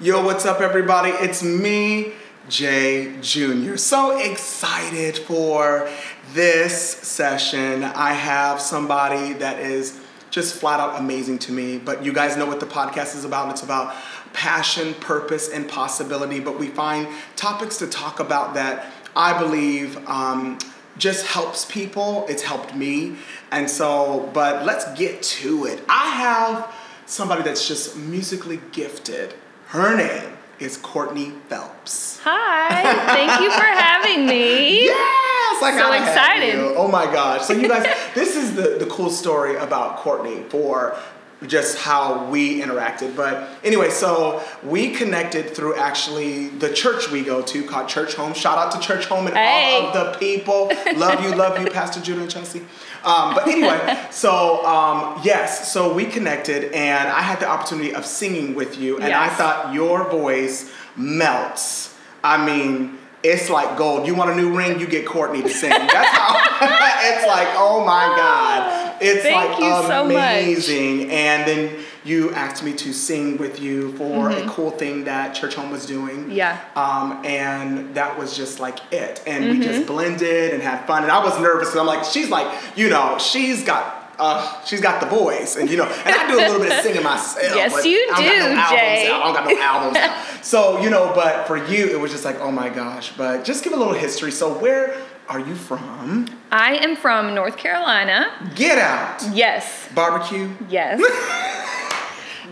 Yo, what's up, everybody? It's me, Jay Jr. So excited for this session. I have somebody that is just flat out amazing to me. But you guys know what the podcast is about. It's about passion, purpose, and possibility. But we find topics to talk about that I believe um, just helps people. It's helped me. And so, but let's get to it. I have somebody that's just musically gifted. Her name is Courtney Phelps. Hi, thank you for having me. Yes, I So gotta have excited. you. Oh my gosh! So you guys, this is the the cool story about Courtney for just how we interacted. But anyway, so we connected through actually the church we go to called Church Home. Shout out to Church Home and Hey. all of the people. Love you, love you, Pastor Judah and Chelsea. Um, but anyway, so um, yes, so we connected, and I had the opportunity of singing with you, and I Yes. thought your voice melts. I mean, it's like gold. You want a new ring, you get Courtney to sing. That's how it's like, oh my God. It's Thank like you so much. amazing. And then you asked me to sing with you for a cool thing that Church Home was doing. Mm-hmm. Yeah. Um, and that was just like it. And Mm-hmm. we just blended and had fun. And I was nervous and I'm like, she's like, you know, she's got uh, she's got the voice, and you know, and I do a little bit of singing myself. Yes, but you I don't got do, no albums Jay. out. I don't got no albums out. So you know, but for you, it was just like, oh my gosh. But just give a little history. So where are you from? I am from North Carolina. Get out. Yes, Barbecue. yes.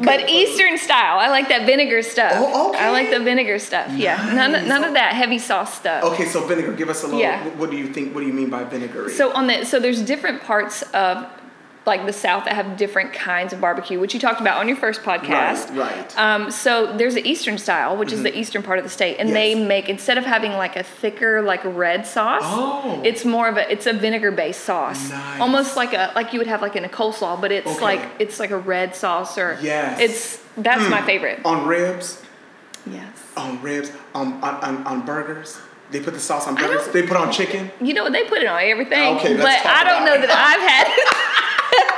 but Eastern style. I like that vinegar stuff. Oh, okay. I like the vinegar stuff. Yeah, none, none of that heavy sauce stuff. Okay, so vinegar. Give us a little. Yeah. What do you think? What do you mean by vinegary? So on the so there's different parts of like the South that have different kinds of barbecue, which you talked about on your first podcast. right. Um, so there's the Eastern style, which is the eastern part of the state, and they Mm-hmm. Yes. make instead of having like a thicker like red sauce, Oh. it's more of a it's a vinegar based sauce, Nice. almost like a like you would have like in a coleslaw, but it's Okay. like it's like a red sauce or Yes. Mm. it's that's my favorite. on ribs, Yes. on ribs, on on, on, on burgers. They put the sauce on I burgers. don't- They put on chicken. You know they put it on everything, Okay, but let's talk I don't about know it. that I've had.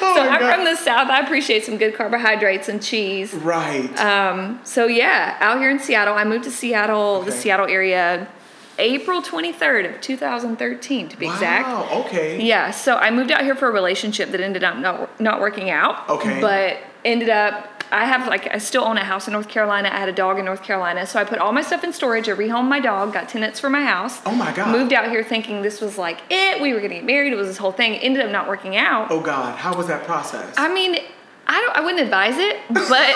Oh So my I'm God. from the South. I appreciate some good carbohydrates and cheese. Right. Um, so yeah, out here in Seattle, I moved to Seattle, the Okay. Seattle area, April 23rd of 2013 to be exact. Wow. Okay. Yeah, so I moved out here for a relationship that ended up not not working out. Okay. But ended up I have like I still own a house in North Carolina. I had a dog in North Carolina, so I put all my stuff in storage. I rehomed my dog, got tenants for my house. Oh my God. Moved out here thinking this was like it. We were gonna get married. It was this whole thing. Ended up not working out. Oh God, how was that process? I mean, I don't. I wouldn't advise it, but.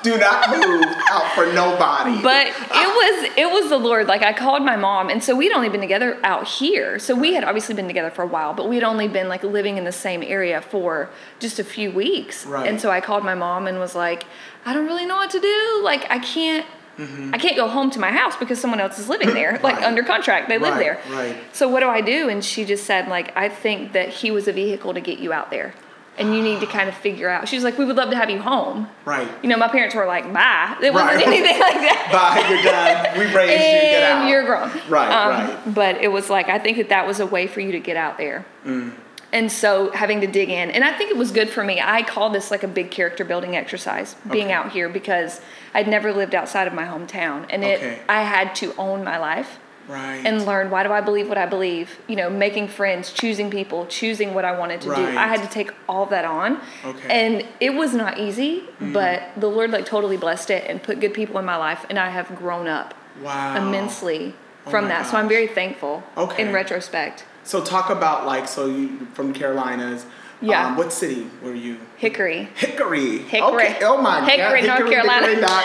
Do not move out for nobody. but it was it was the Lord. Like I called my mom, and so we'd only been together out here. So we had obviously been together for a while, but we'd only been like living in the same area for just a few weeks. Right. And so I called my mom and was like, I don't really know what to do. Like I can't. Mm-hmm. I can't go home to my house because someone else is living there, like Right. under contract. They live Right, there. right. So what do I do? And she just said, like, I think that he was a vehicle to get you out there, and you need to kind of figure out. She was like, we would love to have you home. right. You know, my parents were like, bye. It wasn't Right. anything like that Bye, you're done. We raised you, get and out. you're grown. Right, right. But it was like I think that that was a way for you to get out there. Mm. And so having to dig in, and I think it was good for me. I call this like a big character building exercise, being Okay. out here because I'd never lived outside of my hometown, and it Okay. I had to own my life right. and learn why do I believe what I believe. You know, making friends, choosing people, choosing what I wanted to Right. do. I had to take all that on, Okay. Mm-hmm. and it was not easy. But the Lord like totally blessed it and put good people in my life, and I have grown up wow. immensely Oh from my that. So I'm gosh. very thankful Okay. in retrospect. So talk about like so you from Carolinas. Yeah. Um, what city were you? Hickory. Hickory. Hickory. Okay. Oh my Hickory, God. North Carolina. Hickory, not-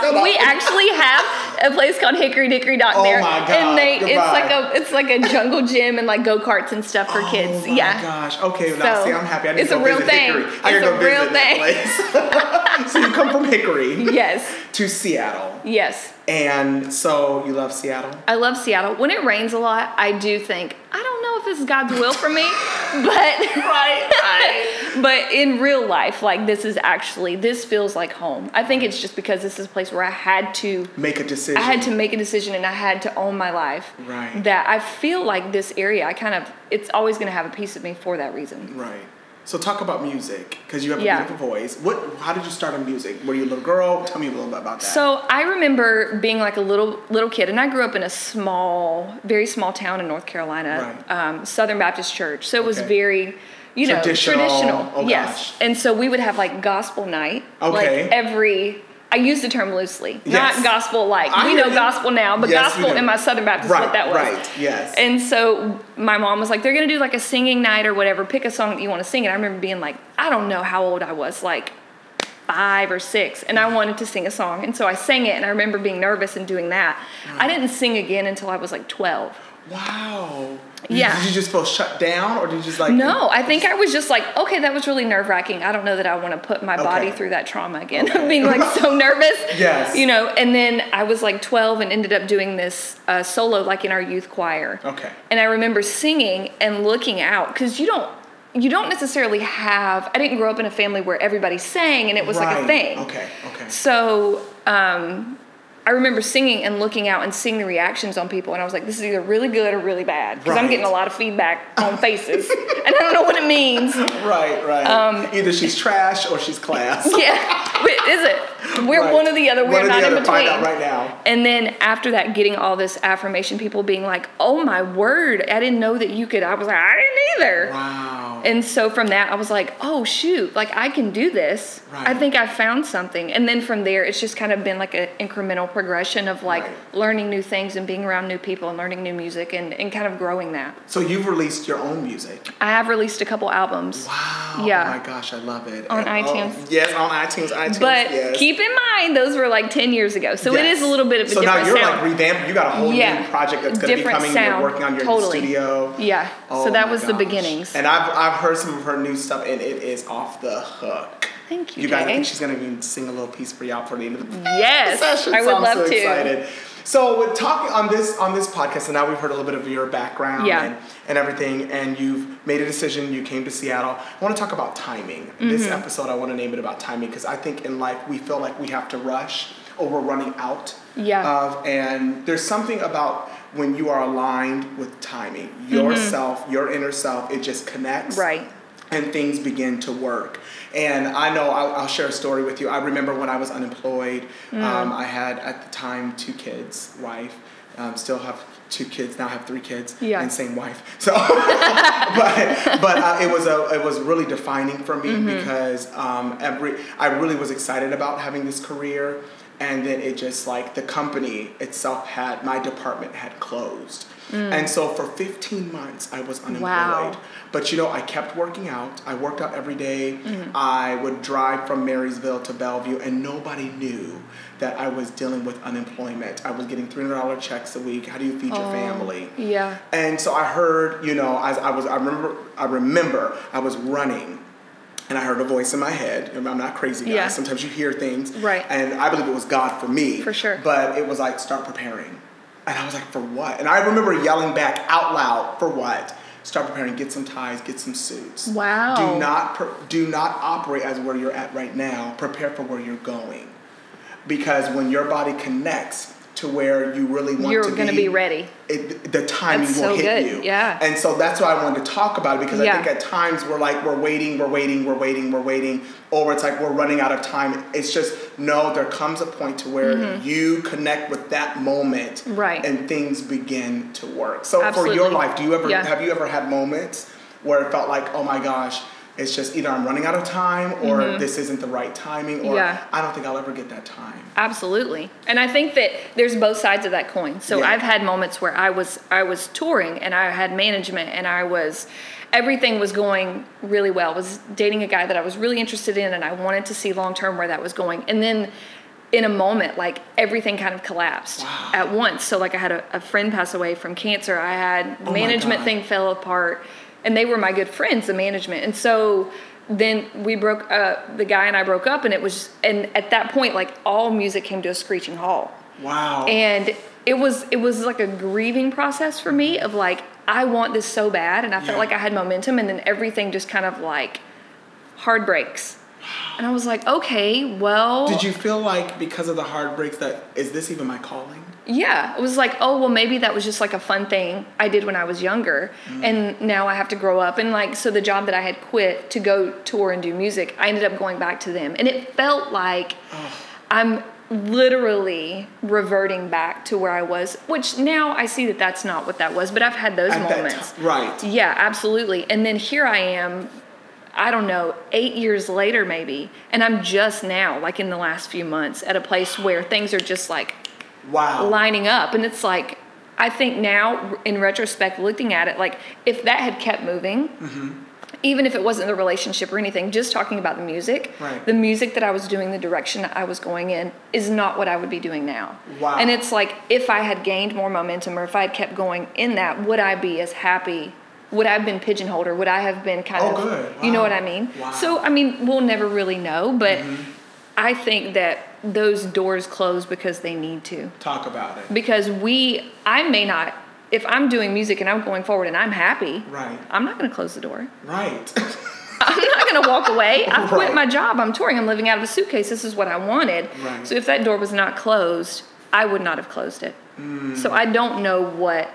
Come on. We actually have a place called Hickory Dickory Dock Oh there. my God. And they Goodbye. it's like a it's like a jungle gym and like go-karts and stuff for Oh kids. my yeah. gosh. Okay, now So, see, I'm happy. I need it's to a go real visit thing. Hickory. I It's gotta a go real visit that place. so you come from Hickory Yes. to Seattle, Yes. and so you love Seattle. I love Seattle. When it rains a lot, I do think, I don't know if this is God's will for me, but but in real life, like this is actually this feels like home. I think it's just because this is a place where I had to Make a decision. I had to make a decision and I had to own my life. Right. That I feel like this area, I kind of, it's always going to have a piece of me for that reason. Right. So talk about music because you have a Yeah. beautiful voice. What? How did you start in music? Were you a little girl? Tell me a little bit about that. So I remember being like a little little kid, and I grew up in a small, very small town in North Carolina, Right. um, Southern Baptist Church. So it was Okay. very, you know, Traditional. traditional. Oh, yes, gosh. and so we would have like gospel night, Okay. like every. I use the term loosely, Yes. not gospel like I we hear know you. gospel now, but Yes, we gospel do. in my Southern Baptist right, what that was. right, yes. And so my mom was like, they're gonna do like a singing night or whatever. Pick a song that you want to sing. And I remember being like, I don't know how old I was, like five or six, and I wanted to sing a song. And so I sang it, and I remember being nervous and doing that. I didn't sing again until I was like 12. wow. Yeah. Did you just feel shut down, or did you just like? No, I think I was just like, okay, that was really nerve wracking. I don't know that I want to put my body Okay. through that trauma again. of Being like so nervous. Yes. You know, and then I was like 12 and ended up doing this uh, solo like in our youth choir. Okay. And I remember singing and looking out because you don't. You don't necessarily have. I didn't grow up in a family where everybody sang and it was like Right, a thing. Okay. Okay. So um, I remember singing and looking out and seeing the reactions on people, and I was like, "This is either really good or really bad," because I'm Right. getting a lot of feedback on faces, and I don't know what it means. Right. Right. Um, Either she's trash or she's class. Yeah, but is it? We're Right. one or the other. One We're or not the in other. between. Find out right now. And then after that, getting all this affirmation, people being like, "Oh my word, I didn't know that you could." I was like, "I didn't either." Wow. And so from that, I was like, oh, shoot, like I can do this. Right. I think I found something. And then from there, it's just kind of been like an incremental progression of like Right. learning new things and being around new people and learning new music and, and kind of growing that. so you've released your own music. I have released a couple albums. Wow. Yeah. Oh my gosh, I love it. On And- oh, iTunes. yes, on iTunes. iTunes. But yes. keep in mind, those were like 10 years ago. So it is Yes. a little bit of a so different now you're sound. like revamping. You got a whole Yeah. new project that's going to be Different coming. sound. You're working on your Totally. studio. yeah. Oh so that my was the gosh. beginnings. And I've I've heard some of her new stuff, and it is off the hook. Thank you, You guys I Jay. think she's going to even sing a little piece for y'all for the end of the yes. session. I would so I'm love so to. Excited. So with talking on this on this podcast, and now we've heard a little bit of your background Yeah. and, and everything, and you've made a decision. You came to Seattle. I want to talk about timing. This Mm-hmm. episode, I want to name it about timing because I think in life we feel like we have to rush or we're running out Yeah. of, and there's something about when you are aligned with timing, yourself, your inner self, it just connects Mm-hmm. Right. and things begin to work. And I know I'll, I'll share a story with you. I remember when I was unemployed, um, I had at the time two kids, wife, um, still have two kids now. I have three kids Yeah. and same wife. So, but but uh, it was a it was really defining for me because um, every I really was excited about having this career. And then it just like the company itself had my department had closed, and so for 15 months I was unemployed. But you know, I kept working out. I worked out every day. I would drive from Marysville to Bellevue, and nobody knew that I was dealing with unemployment. I was getting $300 checks a week. How do you feed your family? Yeah. And so I heard, you know, as I was, I remember, I remember, I was running. And I heard a voice in my head. I'm not crazy, guys. Yeah. Sometimes you hear things, Right. And I believe it was God for me, For sure. But it was like start preparing, and I was like, for what? And I remember yelling back out loud, for what? Start preparing. Get some ties. Get some suits. Wow. Do not pre- do not operate as where you're at right now. Prepare for where you're going, because when your body connects to where you really want You're to gonna be ready. it, the timing That's will so hit good, you. yeah. And so that's why I wanted to talk about it because I Yeah. think at times we're like we're waiting, we're waiting, we're waiting, we're waiting, or it's like we're running out of time. It's just no. There comes a point to where you connect with that moment, Mm-hmm. Right. And things begin to work. So for your Absolutely. life, do you ever Yeah. have you ever had moments where it felt like oh my gosh. It's just either I'm running out of time, or this isn't the right timing, or Mm-hmm. Yeah. I don't think I'll ever get that time. Absolutely. And I think that there's both sides of that coin. So Yeah. I've had moments where I was I was touring and I had management and I was everything was going really well. I was dating a guy that I was really interested in and I wanted to see long term where that was going. And then in a moment, like everything kind of collapsed at once. So like I had a, a friend pass away from cancer. I had Oh my management God. thing fell apart and they were my good friends the management and so then we broke uh, the guy and i broke up and it was and at that point like all music came to a screeching halt Wow. and it was it was like a grieving process for me of like i want this so bad and i felt Yeah. like i had momentum and then everything just kind of like hard breaks and i was like okay well Did you feel like because of the heartbreaks that is this even my calling? yeah, it was like, oh, well, maybe that was just like a fun thing I did when I was younger. And now I have to grow up. And like, so the job that I had quit to go tour and do music, I ended up going back to them. And it felt like I'm literally reverting back to where I was, which now I see that that's not what that was, but I've had those At that moments. ti- right. Yeah, absolutely. And then here I am, I don't know, eight years later maybe, and I'm just now, like in the last few months, at a place where things are just like Wow. lining up. And it's like, I think now, in retrospect, looking at it, like if that had kept moving, Mm-hmm. even if it wasn't the relationship or anything, just talking about the music, Right. the music that I was doing, the direction I was going in, is not what I would be doing now. Wow. And it's like, if I had gained more momentum or if I had kept going in that, would I be as happy? Would I have been pigeonholed or would I have been kind Oh, of, good. you know Wow. what I mean? Wow. Mm-hmm. So, I mean, we'll never really know, but I think that those doors close because they need to Talk about it. because we i may not if i'm doing music and i'm going forward and i'm happy Right. i'm not going to close the door Right. i'm not going to walk away i quit Right. my job i'm touring i'm living out of a suitcase this is what i wanted Right. so if that door was not closed i would not have closed it Mm. so i don't know what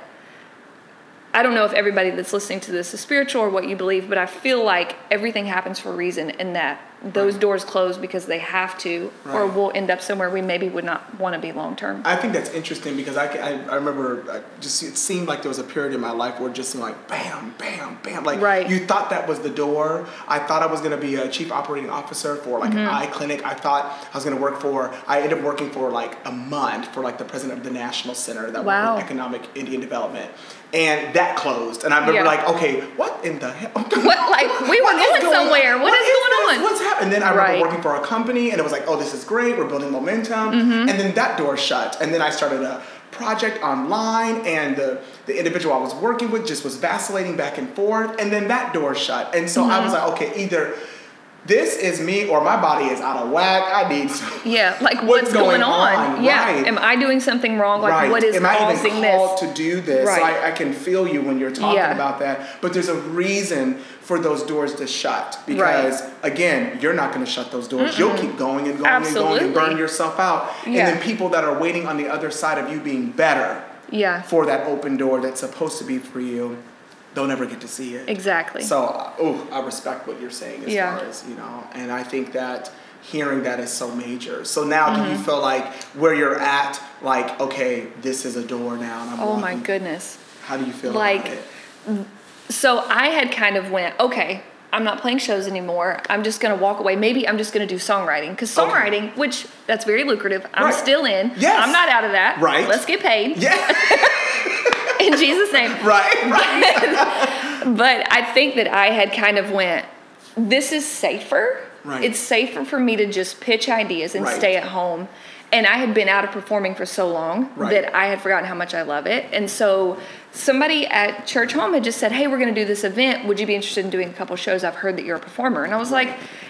i don't know if everybody that's listening to this is spiritual or what you believe but i feel like everything happens for a reason and that those doors close because they have to or Right. we'll end up somewhere we maybe would not want to be long term I think that's interesting because I, I, I remember uh, just it seemed like there was a period in my life where it just seemed like bam, bam, bam. Like Right. you thought that was the door. I thought I was going to be a chief operating officer for like Mm-hmm. an eye clinic. I thought I was going to work for, I ended up working for like a month for like the president of the National Center that Wow. worked with economic Indian development. And that closed. And I remember Yeah. like, okay, what in the hell? What like we were What is going somewhere? what is, this? going on? What's happening? Then I remember Right. working for a company, and it was like, oh, this is great. We're building momentum. And then that door shut, and then I started a project online, and the the individual I was working with just was vacillating back and forth, and then that door shut, and so I was like, okay, either this is me or my body is out of whack. I need some. yeah, like What's what's, going going, on? on? Yeah, Right. am I doing something wrong? Like what is Am causing I even this? called to do this? So Right. I, I can feel you when you're talking Yeah. about that. But there's a reason for those doors to shut because again, you're not going to shut those doors. You'll keep going and going and going and burn Absolutely. yourself out. Yeah. And then people that are waiting on the other side of you being better yeah, for that open door that's supposed to be for you, they'll never get to see it. exactly. So, oh, I respect what you're saying as Yeah. far as you know, and I think that hearing that is so major. So now, do Mm-hmm. you feel like where you're at, like okay, this is a door now, and I'm oh my walking- goodness. how do you feel like, about it? So I had kind of went okay. I'm not playing shows anymore. I'm just gonna walk away. Maybe I'm just gonna do songwriting because Okay. songwriting, which that's very lucrative. I'm Right. still in. Yes. I'm not out of that. Right. Let's get paid Yeah, in Jesus' name. right, right, but I think that I had kind of went, this is safer. Right. It's safer for me to just pitch ideas and Right. stay at home. And I had been out of performing for so long Right. that I had forgotten how much I love it. And so somebody at church home had just said, Hey, we're going to do this event. Would you be interested in doing a couple shows? I've heard that you're a performer. And I was like,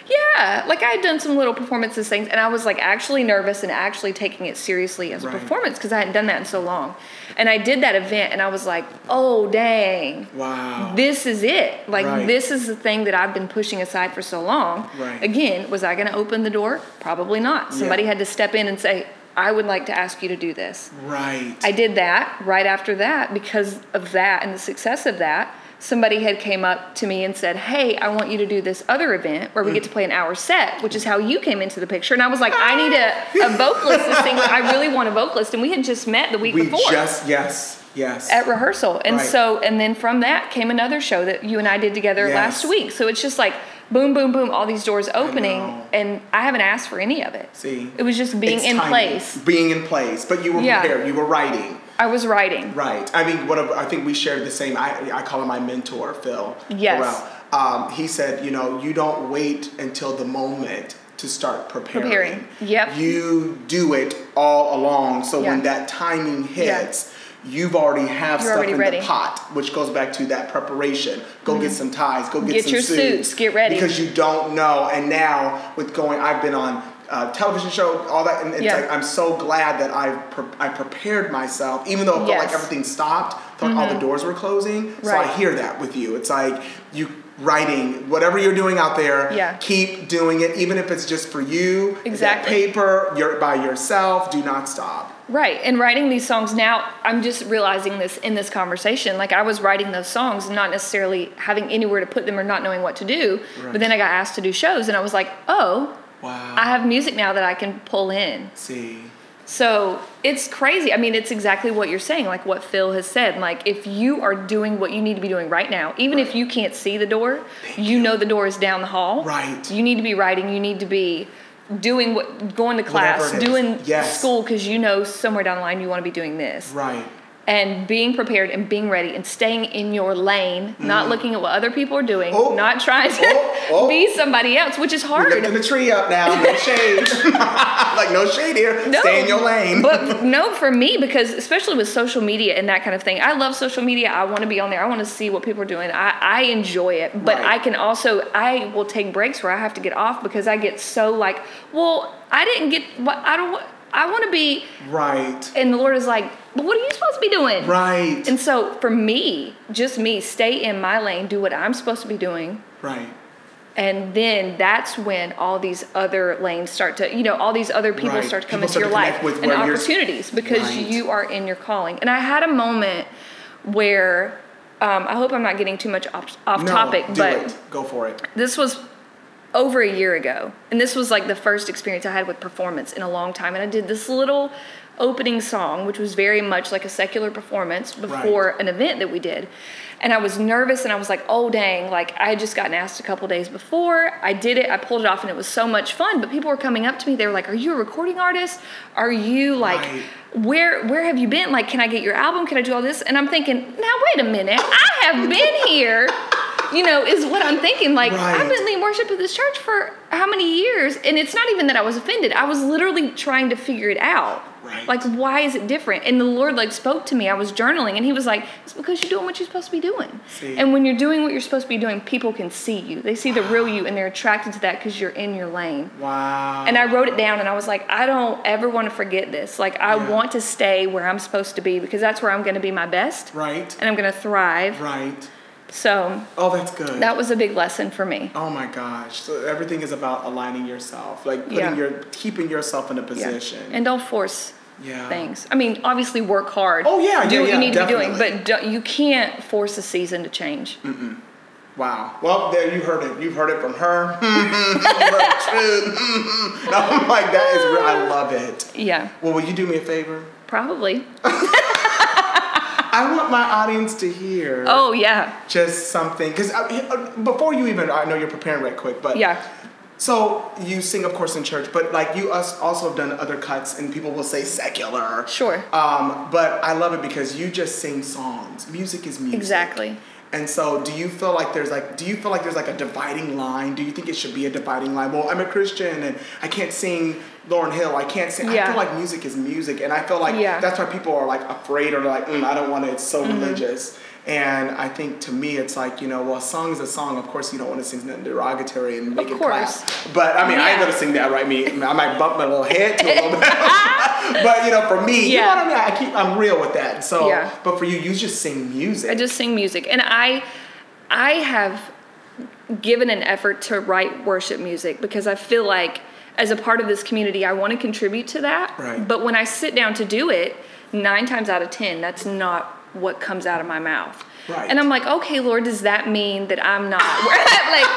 Yeah. Like I had done some little performances, things. And I was like actually nervous and actually taking it seriously as a Right. performance because I hadn't done that in so long. And I did that event and I was like, Oh, dang wow, this is it. Like Right. this is the thing that I've been pushing aside for so long. Right. Again, was I going to open the door? Probably not. Somebody had to step in and say, "I would like to ask you to do this." right, I did that. Right after that, because of that and the success of that, somebody had came up to me and said, "Hey, I want you to do this other event where we Mm. get to play an hour set, which is how you came into the picture." And I was like, "I need a, a vocalist. This thing. I really want a vocalist." And we had just met the week we before just yes, yes, at rehearsal. And Right. so, and then from that came another show that you and I did together Yes. last week. So it's just like boom, boom, boom, all these doors opening, know. and I haven't asked for any of it. See, it was just being It's in timing. place. being in place, but you were Yeah. prepared, you were writing. I was writing. Right. I mean, one of I think we shared the same. I I call him my mentor, Phil. Yes. Burrell. Um, he said, you know, you don't wait until the moment to start preparing. Preparing. Yep. You do it all along. So when Yeah. that timing Yeah. hits. You've already have You're stuff already in ready. Mm-hmm. the pot, which goes back to that preparation. Go get some ties. Go get, Get some your suits, get ready. because you don't know. And now with going, I've been on uh, television show, all that, and it's Yeah. like I'm so glad that I pre- I prepared myself, even though it felt like Yes. Mm-hmm. everything stopped, felt like all the doors were closing. So I Right. hear that with you. It's like you writing whatever you're doing out there. Yeah. Keep doing it, even if it's just for you. that Exactly. paper, you're by yourself. Do not stop. Right. And writing these songs now, I'm just realizing this in this conversation. Like I was writing those songs, not necessarily having anywhere to put them or not knowing what to do. Right. But then I got asked to do shows and I was like, oh, Wow. I have music now that I can pull in. See. So it's crazy. I mean, it's exactly what you're saying, like what Phil has said. Like, if you are doing what you need to be doing right now, even if you can't see the door, you know the door is down the hall. Right. You need to be writing, you need to be doing what, going to class, Whatever it is. doing Yes. school, because you know somewhere down the line you want to be doing this. Right. And being prepared and being ready and staying in your lane, not looking at what other people are doing, Mm. Oh. not trying to Oh, oh. be somebody else, which is We're hard. lifting the tree up now. No shade. like no shade here. Stay in your lane. but no, for me, because especially with social media and that kind of thing, I love social media. I want to be on there. I want to see what people are doing. I, I enjoy it, but Right. I can also I will take breaks where I have to get off because I get so like, well, I didn't get what I don't. wa- I want to be, right. and the Lord is like, but what are you supposed to be doing? Right. And so for me, just me, stay in my lane, do what I'm supposed to be doing, right. and then that's when all these other lanes start to you know all these other people Right. start to come People into start your to connect life with and where you're- opportunities because Right. you are in your calling and i had a moment where um, i hope i'm not getting too much off, off No, topic do but it. go for it. this was over a year ago and this was like the first experience i had with performance in a long time and i did this little opening song which was very much like a secular performance before an event that we did and i was nervous and i was like oh dang like i had just gotten asked a couple days before i did it i pulled it off and it was so much fun but people were coming up to me they were like are you a recording artist are you like Right. where where have you been like can i get your album can i do all this and i'm thinking now wait a minute i have been here you know is what i'm thinking like i've Right. been leading worship at this church for how many years and it's not even that i was offended i was literally trying to figure it out Right. like why is it different and the lord like spoke to me i was journaling and he was like it's because you're doing what you're supposed to be doing See. and when you're doing what you're supposed to be doing people can see you they see the real you and they're attracted to that because you're in your lane Wow. and I wrote it down and I was like, I don't ever want to forget this. Like, I Yeah. want to stay where I'm supposed to be because that's where I'm going to be my best Right. and I'm going to thrive. Right. So, Oh, that's good. that was a big lesson for me. Oh my gosh. So everything is about aligning yourself, like putting Yeah. your keeping yourself in a position. And don't force Yeah. things. I mean, obviously, work hard. Oh, yeah, Do yeah, what yeah, you need to be doing, definitely. Mm. but don't, you can't force a season to change. Wow. Well, there you heard it. You've heard it from her. you heard it too. And I'm like, that is real. I love it. Yeah, Well, will you do me a favor? probably. Uh. I want my audience to hear Oh, yeah. just something. Because before you even, I know you're preparing right quick, but Yeah. So you sing, of course, in church, but like you us also have done other cuts, and people will say secular. Sure. Um, but I love it because you just sing songs. Music is music. Exactly. And so, do you feel like there's like, do you feel like there's like a dividing line? Do you think it should be a dividing line? Well, I'm a Christian and I can't sing Lauren Hill. I can't sing. I Yeah. feel like music is music, and I feel like Yeah. Mm-hmm. that's why people are like afraid or like, mm, I don't want it. It's so religious. And I think to me, it's like you know, well, a song is a song. Of course, you don't want to sing nothing derogatory and make Of it clap. course. But I mean, I ain't Yeah. gonna sing that right. Me, I might bump my little head to a little bit. but you know, for me, you know Yeah. what I mean. I keep, I'm real with that. So, Yeah. but for you, you just sing music. I just sing music, and I, I have given an effort to write worship music because I feel like as a part of this community, I want to contribute to that. Right. But when I sit down to do it, nine times out of ten, that's not what comes out of my mouth. Right. And I'm like, okay, Lord, does that mean that I'm not like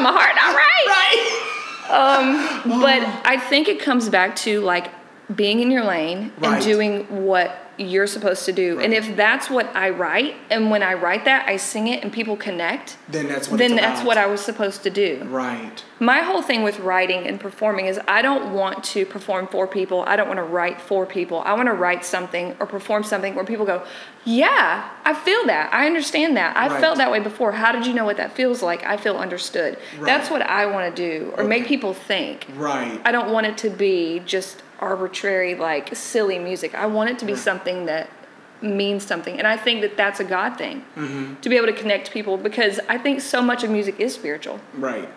my heart not right? right. But Oh. I think it comes back to like being in your lane Right. and doing what you're supposed to do. And Right. if that's what I write, and when I write that, I sing it and people connect, then that's what then it's that's about. what I was supposed to do. right My whole thing with writing and performing is I don't want to perform for people. I don't want to write for people. I want to write something or perform something where people go, Yeah, I feel that. I understand that. I Right. felt that way before. How did you know what that feels like? I feel understood. Right. That's what I want to do or make Okay. people think. right I don't want it to be just arbitrary, like silly music. I want it to be something that means something. And I think that that's a God thing to be able to connect people because I think so much of music is spiritual. right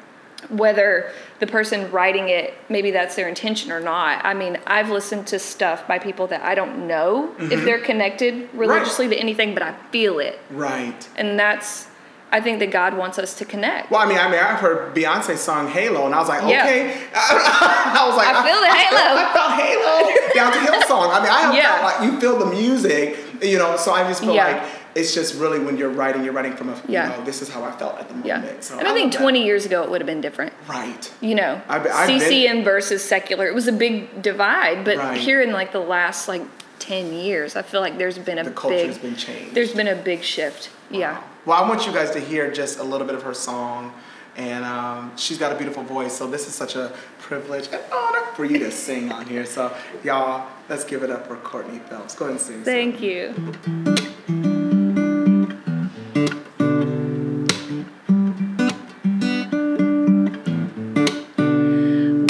Whether the person writing it, maybe that's their intention or not. I mean, I've listened to stuff by people that I don't know if they're connected religiously to anything, but I feel it. right And that's, I think that God wants us to connect. well i mean i mean i've heard beyonce song halo and i was like Yeah. okay i was like I feel the I, halo. I felt halo down to hill song i I mean, I have Yeah. felt like you feel the music, you know. So I just feel Yeah. like it's just really when you're writing, you're writing from a Yeah. you know, this is how I felt at the moment. Yeah. So and I think love that. 20 years ago it would have been different. right. You know, I've- I've been- CCM versus secular. It was a big divide, but Right. here in like the last like 10 years, I feel like there's been a The big culture's been changed. There's been a big shift. Yeah. Well, I want you guys to hear just a little bit of her song, and um, she's got a beautiful voice. So this is such a privilege and honor for you to sing on here. So y'all, let's give it up for Courtney Phelps. Go ahead and sing. Thank you.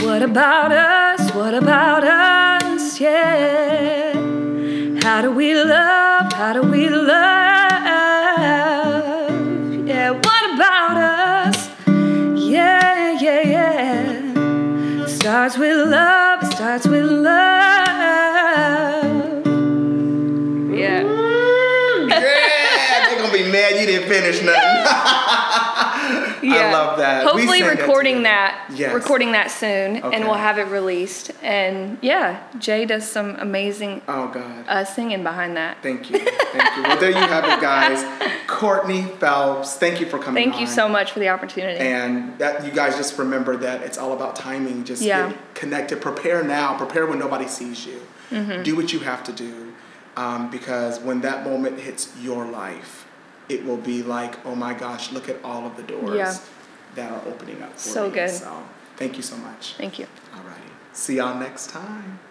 What about us? What about us? Yeah. How do we love? How do we love? Yeah. What about us? Yeah, yeah, yeah. Starts with love. Starts with love. Yeah. yeah, they're gonna be mad you didn't finish nothing. yeah. love that. We Hopefully, send that to recording them. that, Yes. recording that soon, Okay. and we'll have it released. And yeah, Jay does some amazing oh God. uh, singing behind that. Thank you. Thank you. Well, there you have it, guys. Courtney Phelps, thank you for coming Thank you on. so much for the opportunity. And that you guys just remember that it's all about timing. Just Yeah. get connected. Prepare now. Prepare when nobody sees you. Mm-hmm. Do what you have to do, um, because when that moment hits your life, it will be like, oh my gosh, look at all of the doors Yeah. that are opening up. For So me. good. So thank you so much. Thank you. Alrighty. See y'all next time.